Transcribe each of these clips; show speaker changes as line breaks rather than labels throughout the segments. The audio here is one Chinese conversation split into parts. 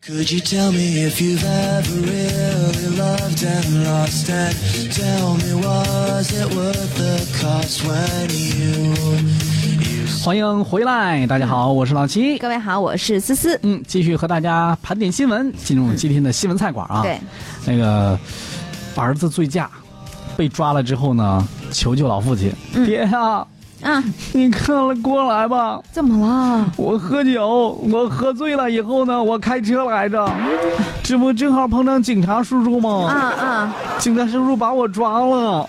Could you tell me if you've ever really loved and lost? And tell me, was it worth the cost when you, you
欢迎回来，大家
嗯
好，我是老七。
各位好，我是思思。
嗯，继续和大家盘点新闻，进入今天的新闻菜馆啊。
对，
那个儿子醉驾被抓了之后呢，求救老父亲，
嗯
爹啊，
啊，
你看了过来吧，
怎么了？
我喝酒，我喝醉了以后呢，我开车来着，这不正好碰上警察叔叔
啊
吗？
啊！
警察叔叔把我抓了。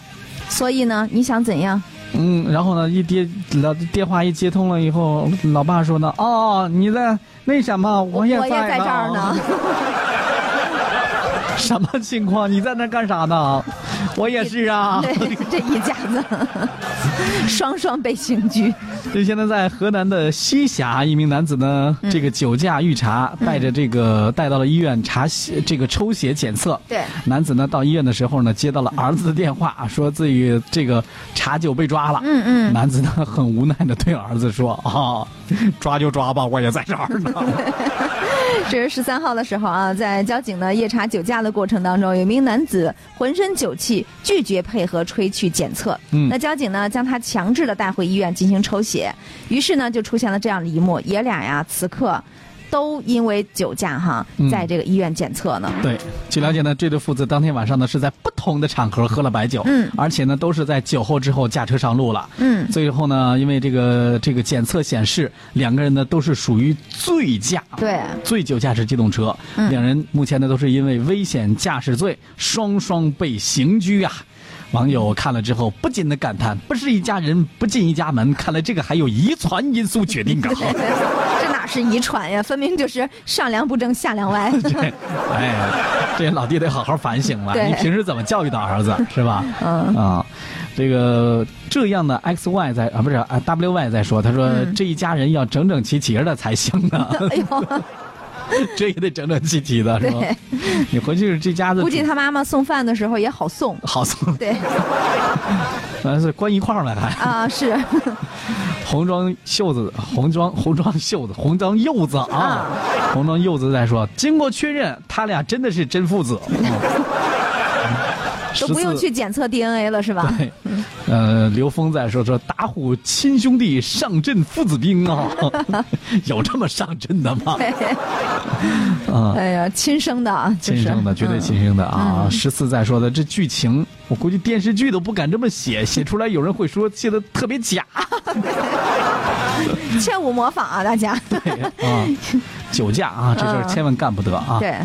所以呢，你想怎样？
嗯，然后呢，一接老电话一接通了以后，老爸说呢，哦，你在那什么，我也
我也在这儿呢。
什么情况？你在那干啥呢？我也是啊。
对，这一家子 双双被刑拘。
就现在在河南的西峡，一名男子呢，
嗯
这个酒驾遇查，带着这个带到了医院查血，这个抽血检测。
对
男子呢到医院的时候呢，接到了儿子的电话，说自己这个查酒被抓了。
嗯嗯
男子呢很无奈的对儿子说：“啊，抓就抓吧，我也在这儿 呢。
这是十三号的时候啊，在交警呢夜查酒驾的过程当中，有一名男子浑身酒气，拒绝配合吹去检测。
嗯
那交警呢将他强制的带回医院进行抽血，于是呢就出现了这样的一幕，爷俩呀此刻都因为酒驾哈
嗯，
在这个医院检测呢。
对，据了解呢，这对父子当天晚上呢是在不同的场合喝了白酒，
嗯
而且呢都是在酒后之后驾车上路了。
嗯
最后呢，因为这个这个检测显示，两个人呢都是属于醉驾，
对
醉酒驾驶机动车，
嗯
两人目前呢都是因为危险驾驶罪双双被刑拘啊。网友看了之后不禁的感叹：“不是一家人，不进一家门。”看来这个还有遗传因素决定啊。
这哪是遗传呀？分明就是上梁不正下 梁歪。
对，哎，这老弟得好好反省了。
对
你平时怎么教育的儿子是吧？
嗯
啊，这个这样的 X Y 在啊，不是啊 W Y 在说，他说、
嗯
这一家人要整整齐齐的才行呢，
哎呦，
这也得整整齐齐的是吧
对？
你回去这家子
估计他妈妈送饭的时候也好送。
好送，
对
呃，是关一块儿了还。
啊，是
红装袖子，红装红装袖子，红装柚子啊
啊，
红装柚子在说，经过确认，他俩真的是真父子。嗯
都不用
14
去检测 DNA 了是吧？
对，呃，刘峰在说说打虎亲兄弟，上阵父子兵 啊，有这么上阵的吗？ 啊，
哎呀，亲生的啊，就
亲
是嗯
生的，绝对亲生的啊！十四在说的这剧情，我估计电视剧都不敢这么 写，写出来有人会说写的特别假。
嗯切勿模仿啊，大家。
啊，酒驾啊，这事儿
嗯
千万干不得啊！
对，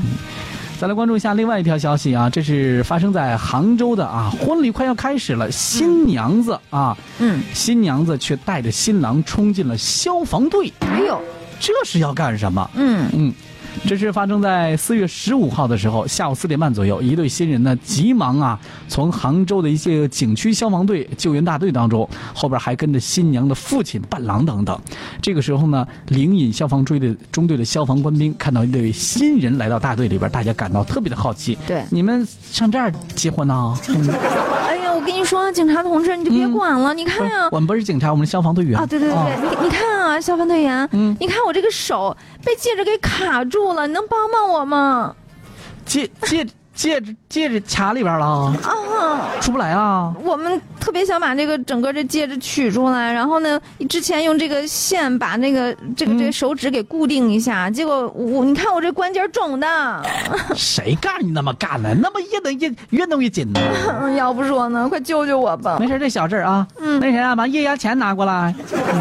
再来关注一下另外一条消息啊，这是发生在杭州的啊，婚礼快要开始了，新娘子啊，
嗯，
新娘子却带着新郎冲进了消防队，
哎呦，
这是要干什么？
嗯
嗯，这是发生在四月十五号的时候，下午四点半左右，一对新人呢急忙啊从杭州的一些景区消防队救援大队当中，后边还跟着新娘的父亲、伴郎等等。这个时候呢，灵隐消防追的中队的消防官兵看到一对新人来到大队里边，大家感到特别的好奇。
对
你们上这儿结婚呢、
哎呀，我跟你说，警察同志，你就别
嗯
管了，你看啊
我。们不是警察，我们是消防队员
啊，对对对，
啊
你你看啊，消防队员，
嗯
你看我这个手被戒指给卡住了，你能帮帮我吗？
戒戒戒指戒指卡里边了啊，
啊，
出不来啊。
我们特别想把这个整个这戒指取出来，然后呢，之前用这个线把那个这个这个
嗯
手指给固定一下，结果我你看我这关节肿的，
谁干你那么干呢？那么越弄越越弄越紧 呢。
嗯要不说呢，快救救我吧！
没事，这小事儿啊。
嗯
那谁啊，把液压钳拿过来。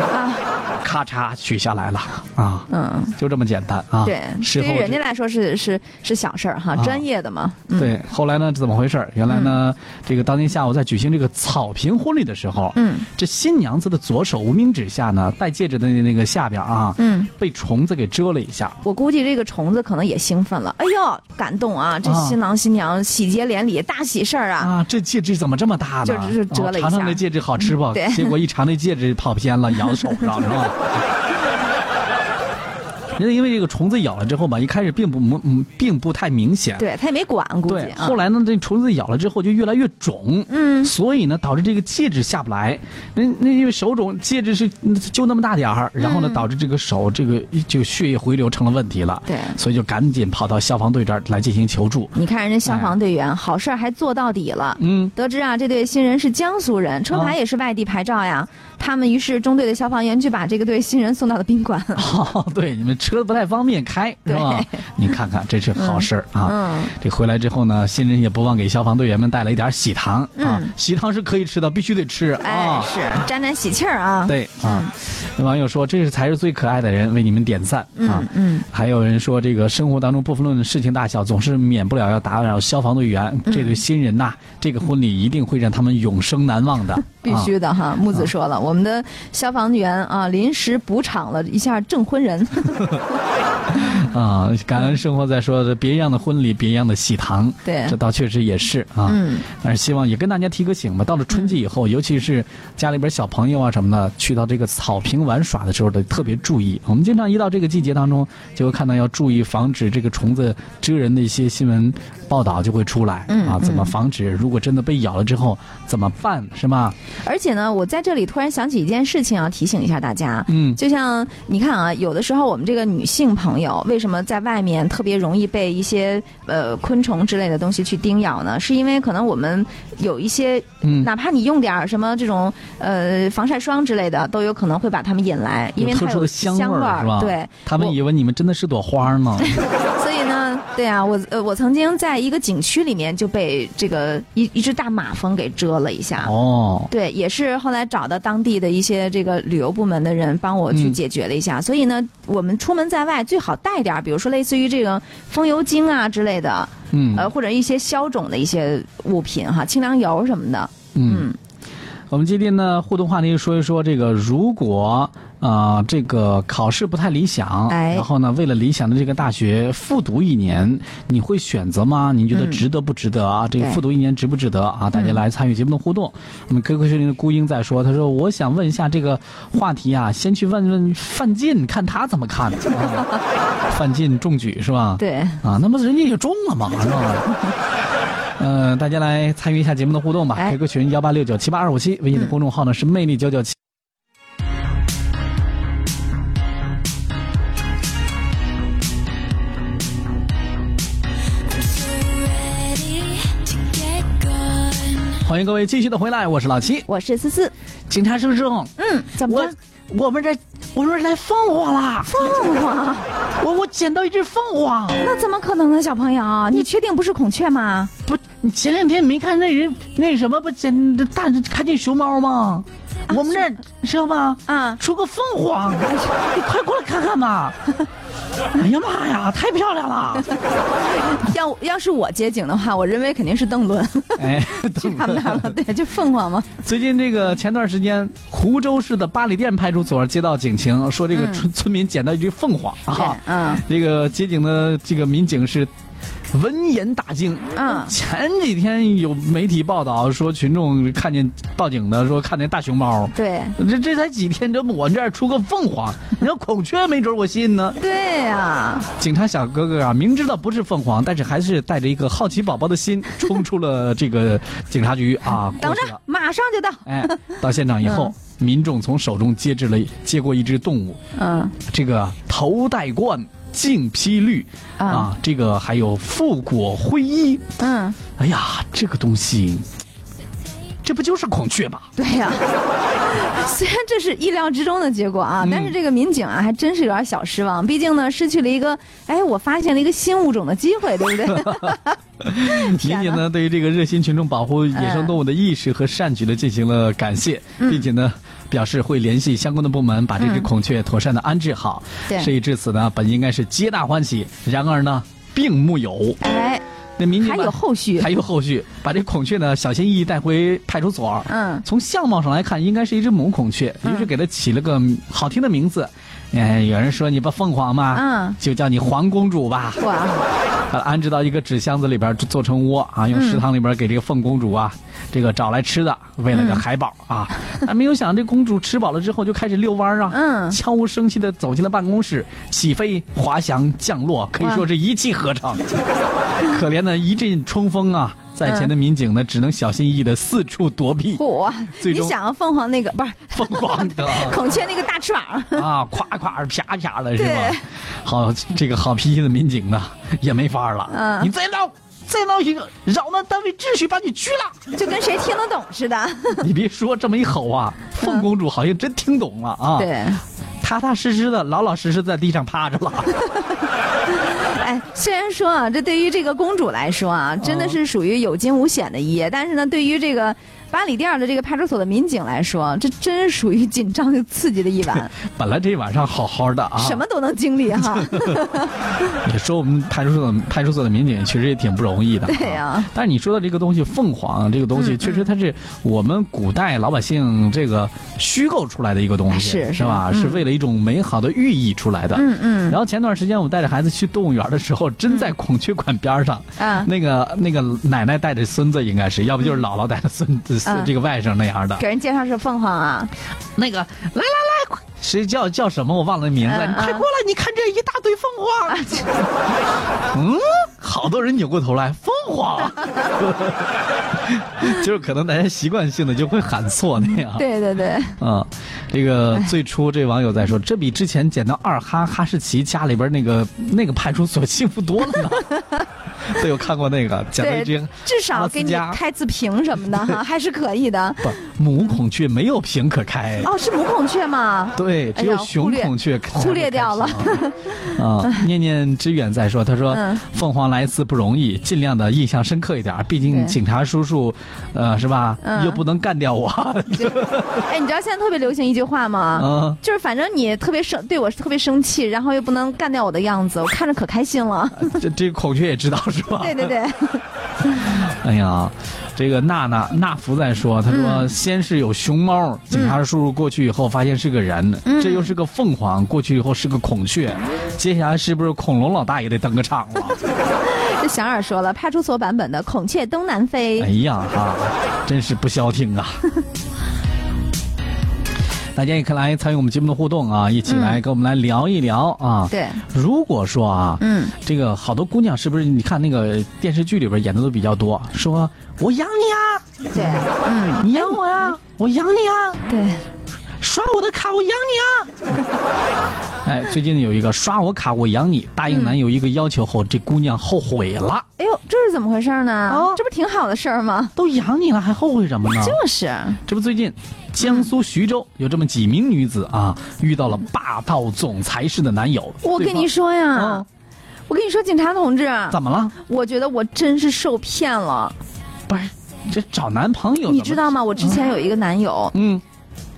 啊，
咔嚓，取下来了啊，
嗯，
就这么简单啊。
对，
事
对
后
于人
这
家嗯来说是是是小事儿哈，
啊
专业的嘛，
对，后来呢，怎么回事儿？原来
嗯
呢，这个当天下午在举行这个草坪婚礼的时候，
嗯，
这新娘子的左手无名指下呢，戴戒指的那那个下边啊，
嗯。
被虫子给蛰了一下。
我估计这个虫子可能也兴奋了，哎呦，感动啊！这
啊
新郎新娘喜结连理，大喜事儿啊！
啊，这戒指怎么这么大呢？
就就是折了一下
哦尝尝这戒指好吃不？
对
结果一尝那戒指跑偏了，咬手上是吧？人家因为这个虫子咬了之后吧，一开始并不明嗯并不太明显，
对他也没管，估计
对，
啊
后来呢，这虫子咬了之后就越来越肿，
嗯
所以呢，导致这个戒指下不来。那那因为手肿，戒指是嗯就那么大点儿，然后呢，
嗯
导致这个手这个就血液回流成了问题了，
对
所以就赶紧跑到消防队这儿来进行求助。
你看人家消防队员，好事儿还做到底了。
嗯，
得知啊，这对新人是江苏人，车牌也是外地牌照呀。他们于是中队的消防员就把这个对新人送到了宾馆。
哦， 对，你们车不太方便 开，是吧？你看看，这是好事儿啊。
嗯
这回来之后呢，新人也不忘给消防队员们带来一点喜糖、啊
嗯，
喜糖是可以吃的，必须得吃
哎
啊。，
是沾沾喜气儿啊。
对啊，那网友说这是才是最可爱的人，为你们点赞啊。
嗯嗯，
还有人说，这个生活当中不论事情大小，总是免不了要打扰消防队员。
嗯
这对新人呐、这个婚礼一定会让他们永生难忘的。
必须的
啊
哈。木子说了，我们的消防员啊，临时补场了一下证婚人。
啊！啊感恩生活在说的别样的婚礼，别样的喜糖。
对
这倒确实也是啊。
嗯，
但是希望也跟大家提个醒吧，到了春季以后，尤其是家里边小朋友啊什么的，去到这个草坪玩耍的时候得特别注意。我们经常一到这个季节当中，就会看到要注意防止这个虫子蜇人的一些新闻报道就会出来、
嗯
啊，
嗯
怎么防止？如果真的被咬了之后怎么办？是吗？
而且呢，我在这里突然想起一件事情，要提醒一下大家。啊
嗯
就像你看啊，有的时候我们这个女性朋友为什么在外面特别容易被一些呃昆虫之类的东西去叮咬呢？是因为可能我们有一些，呃
嗯
哪怕你用点儿什么这种呃防晒霜之类的，都有可能会把它们引来，因为
有
它
特殊的
香
香味
儿
儿是吧？
对，
他们
我
以为你们真的是朵花 呢。
所以呢，对啊，我呃我曾经在一个景区里面就被这个一一只大马蜂给蛰了一下。
哦，
对，也是后来找到当地的一些这个旅游部门的人帮我去
嗯
解决了一下。所以呢，我们出门在外最好带点儿，比如说类似于这个风油精啊之类的，
嗯
呃，或者一些消肿的一些物品哈，清凉油什么的。
嗯，我们今天呢互动话题说一说这个，如果啊、呃这个考试不太理想，
哎
然后呢为了理想的这个大学复读一年，你会选择吗？你觉得
嗯
值得不值得啊？这个
对嗯
复读一年值不值得啊？大家来参与节目的互动。我们 QQ 群里的孤鹰在说，他说我想问一下这个话题啊，先去问问范进，看他怎么看。 啊范进中举是吧？。
对，
啊，那么人家也中了嘛，是吧？呃，大家来参与一下节目的互动吧。
哎
QQ 群幺八六九七八二五七，微信的公众号呢是魅力九九七。
ready to get gone.
欢迎各位继续的回来，我是老七。
我是思思，
警察叔叔，
嗯，怎么着？
我们这我们这来放火啦！
凤凰？
我我捡到一只凤凰，
那怎么可能呢，小朋友？你确定不是孔雀吗？
不，你前两天没看那人那什么不捡大看见熊猫吗？我们这儿知道吗？
啊
出个凤凰，你快过来看看吧！ 哎呀妈呀，太漂亮了！
要要是我接警的话，我认为肯定是邓伦
哎，
去他们那儿了，对，就凤凰嘛。
最近这个前段时间，湖州市的八里店派出所接到警情，说这个村、村民捡到一只凤凰啊
对，嗯，
这个接警的这个民警是闻言大惊。
嗯
前几天有媒体报道说，群众看见报警的说看见大熊猫，
对，
这这才几天，这我们这儿出个凤凰，你要孔雀没准我信呢。
对啊呀、
警察小哥哥啊，明知道不是凤凰，但是还是带着一个好奇宝宝的心冲出了这个警察局啊，
等
过去了
着，嗯马上就到。
哎，到现场以后，民众从手中接制了接过一只动物，
嗯，
这个头戴冠、颈披绿，
啊
啊，这个还有覆果灰衣。
嗯，
哎呀，这个东西，这不就是孔雀吗？
对呀、 虽然这是意料之中的结果啊，
嗯
但是这个民警啊，还真是有点小失望。毕竟呢，失去了一个，哎，我发现了一个新物种的机会，对不对？
民警嗯呢，对于这个热心群众保护野生动物的意识和善举呢，进行了感谢，
嗯
并且呢，表示会联系相关的部门把这只孔雀妥善的安置好。
嗯对
事已至此呢，本应该是皆大欢喜，然而呢，并木有。
哎，
那民警
还
把
有后续
还有后续，把这孔雀呢小心翼翼带回派出所。
嗯
从相貌上来看，应该是一只母孔雀，于是给它起了个好听的名字，哎，有人说你不凤凰吗？
嗯
就叫你黄公主吧。
哇，
把呃它安置到一个纸箱子里边儿做成窝啊，用
嗯
食堂里边儿给这个凤公主啊，这个找来吃的，喂
嗯
了个海宝啊。啊，没有想这公主吃饱了之后就开始遛弯儿啊，
嗯
悄无声息的走进了办公室，起飞、滑翔、降落，可以说是一气呵成。 可怜的一阵冲锋啊，在前的民警呢，只能小心翼翼的四处躲避
嗯嚯！
最
你
终
想凤凰那个不是
凤凰的。
孔雀那个大翅膀，
啊，夸夸啪啪的是吧
对？
好，这个好脾气的民警呢，也没法儿了。
嗯
你再闹，再闹一个，扰乱单位秩序，把你拘 了。
就跟谁听得懂似
啊
的。
你别说，这么一吼啊，凤公主好像真听懂了啊，
嗯对，
踏踏实实的，老老实实在地上趴着了。
哎，虽然说啊，这对于这个公主来说啊，真的是属于有惊无险的一夜，但是呢，对于这个八里店儿的这个派出所的民警来说，这真属于紧张又刺激 的一晚，
本来这晚上好好的啊，
什么都能经历哈。
你说我们派出所的派出所的民警确实也挺不容易的、啊
对呀嗯
但是你说到这个东西，凤凰这个东西，确实它是我们古代老百姓这个虚构出来的一个东西，
是
是吧？
是嗯
是为了一种美好的寓意出来的。
嗯嗯
然后前段时间我带着孩子去动物园的时候，真在孔雀馆边上，
啊
那个那个奶奶带着孙子，应该是要不就是姥姥带着孙子、
嗯
这个外甥那样的。
给人介绍是凤凰 啊，
那个来来来，快谁叫叫什么？我忘了名字。
嗯
你快
嗯
过来，你看这一大堆凤凰。嗯，好多人扭过头来，凤凰。 就是可能大家习惯性的就会喊错那样。。
对对对，
嗯，这个最初这网友在说，这比之前捡到二哈哈士奇家里边那个那个派出所幸福多了呢。 对，我看过那个捡到一只，
对至
阿
少
拉斯
给你
加
开次屏什么的哈，还是可以 的。
不母孔雀没有屏可开。
哦，是母孔雀吗？
对，
哎
只有
呀忽
雄
略
孔雀
忽略掉了。
啊，念念之远在说，他说
嗯
凤凰来一次不容易，尽量的印象深刻一点儿，毕竟
对
警察叔叔，呃，是吧？
嗯
又不能干 掉我。啊
哎，你知道现在特别流行一句话吗？
嗯
就是反正你特别生对我特别生气，然后又不能干掉我的样子，我看着可开心 了。
这这孔雀也知道是吧？
对对。对，
哎呀，这个娜娜娜福在说，他
嗯
说先是有熊猫，警察叔叔过去以后发现是个人，
嗯
这又是个凤凰，过去以后是个孔雀，接下来是不是恐龙老大也得登个场了？
这小耳说了，派出所版本的《孔雀东南飞
哎》呀哈，真是不消停 啊！大家也可以来参与我们节目的互动啊，一起来跟我们来聊一聊啊。
嗯对，
如果说啊，
嗯，
这个好多姑娘是不是你看那个电视剧里边演的都比较多，说我养你
对，嗯，
啊，你养我呀、我养你啊，
对，
刷我的卡，我养你 啊。哎，最近有一个刷我卡，我养你，答应男友一个要求后，这姑娘后悔了，
哎呦，这是怎么回事呢？
哦啊
这不挺好的事儿吗？
都养你了还后悔什么呢？
就是，
这不最近，江苏徐州有这么几名女子啊，遇到了霸道总裁式的男友。
我
对
跟
方
你，说呀，
嗯
我跟你说，警察同志，
怎么了？
我觉得我真是受骗了，
不是，这找男朋友，
你知道？吗？我之前有一个男友，
嗯，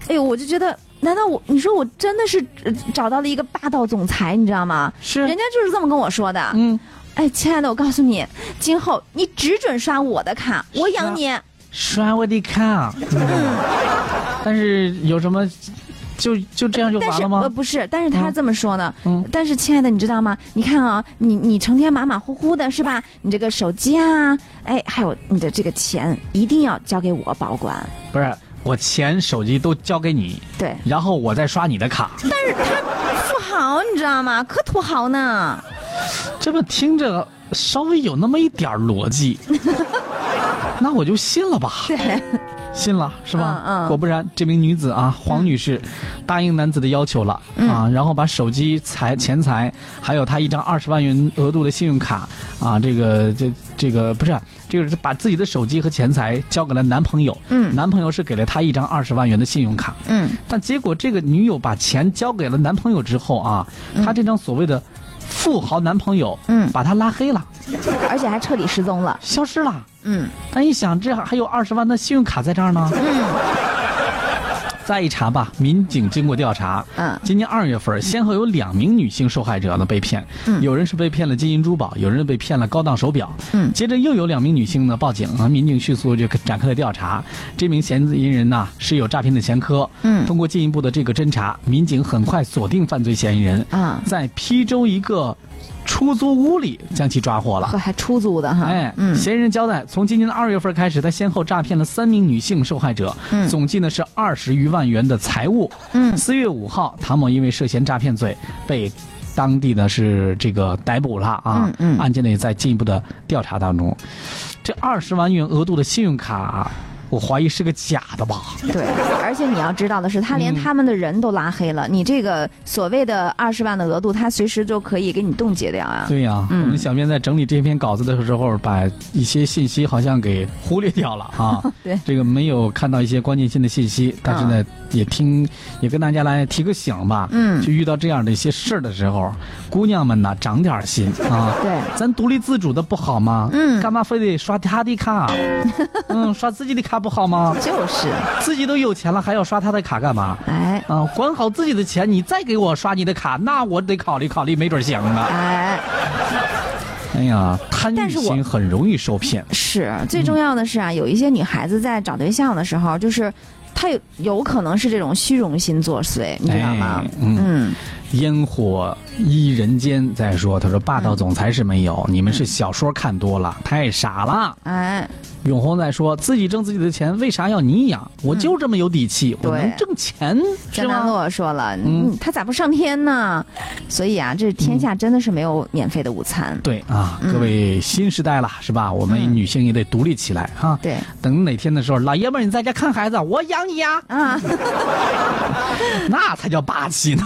哎呦，我就觉得，难道我你说我真的是呃找到了一个霸道总裁，你知道吗？
是
人家就是这么跟我说的。
嗯，
哎，亲爱的，我告诉你，今后你只准刷我的卡，
啊
我养你。
刷我的卡。 但是有什么，就就这样就
但
完
是
了
呃
吗？
不是，但是他是这么说的。
嗯
但是亲爱的，你知道吗？你看啊，你你成天马马虎虎的是吧？你这个手机啊，哎，还有你的这个钱，一定要交给我保管。
不是，我钱、手机都交给你，
对，
然后我再刷你的卡。
但是他富豪，你知道吗？可土豪呢。
这么听着稍微有那么一点儿逻 辑，那我就信了吧。
对，
信了是吧？
嗯嗯嗯
果不然，这名女子啊，黄女士，答应男子的要求了、啊，然后把手机、财、钱财，还有她一张二十万元额度的信用卡啊，这个这这个不是，这个是把自己的手机和钱财交给了男朋友。
嗯
男朋友是给了她一张二十万元的信用卡，
嗯，
但结果这个女友把钱交给了男朋友之后啊，她这张所谓的富豪男朋友，
嗯
把她拉黑了，
而且还彻底失踪了。
消失了。
嗯
哎但一想，这还有二十万的信用卡在这儿呢。
嗯，
再一查吧，民警经过调查，
嗯
今年二月份先后有两名女性受害者呢被骗，有人是被骗了金银珠宝，有人被骗了高档手表，
嗯
接着又有两名女性呢报警啊，民警迅速就展开了调查，这名嫌疑人呐、是有诈骗的前科，
嗯
通过进一步的这个侦查，民警很快锁定犯罪嫌疑人，
啊，
在邳州一个出租屋里将其抓获了
呵，。还出租的哈，
哎，
嗯，
嫌疑人交代，从今年的二月份开始，他先后诈骗了三名女性受害者，
嗯
总计呢是二十余万元的财物。
嗯
四月五号，唐某因为涉嫌诈骗罪被当地呢是这个逮捕了啊，
嗯嗯
案件呢也在进一步的调查当中。这二十万元额度的信用卡，我怀疑是个假的吧？
对，而且你要知道的是，他连
嗯
他们的人都拉黑了，你这个所谓的二十万的额度，他随时就可以给你冻结掉啊。
对呀、
嗯
我们小编在整理这篇稿子的时候，把一些信息好像给忽略掉了啊。
对啊
这个没有看到一些关键性的信息，但是呢，也听也跟大家来提个醒吧。
嗯
就遇到这样的一些事儿的时候，姑娘们呐，长点儿心 啊。
对
咱独立自主的不好吗？
嗯
干嘛非得刷他的 卡？嗯，刷自己的卡不好吗？
就是，
自己都有钱了，还要刷他的卡干嘛？
哎
啊，管好自己的钱，你再给我刷你的卡，那我得考虑考虑，没准儿行呢。
哎，
哎呀，贪欲
但是我
心很容易受骗。
是最
嗯
重要的是啊，有一些女孩子在找对象的时候，就是她有有可能是这种虚荣心作祟，你知道吗
哎？嗯
嗯，
烟火依人间，再说他说霸道总裁是没有，你们是小说看多了，太傻了。
哎，
永红在说自己挣自己的钱，为啥要你养？我就这么有底气，我
对
能挣钱是
嗯江南
吗？
洛说了，
嗯
嗯，他咋不上天呢？所以啊，这天下真的是没有免费的午餐。
对啊，
嗯
各位新时代了是吧？我们女性也得独立起来啊。
对
等哪天的时候，老爷们儿你在家看孩子，我 养你呀，
啊。
那才叫霸气呢。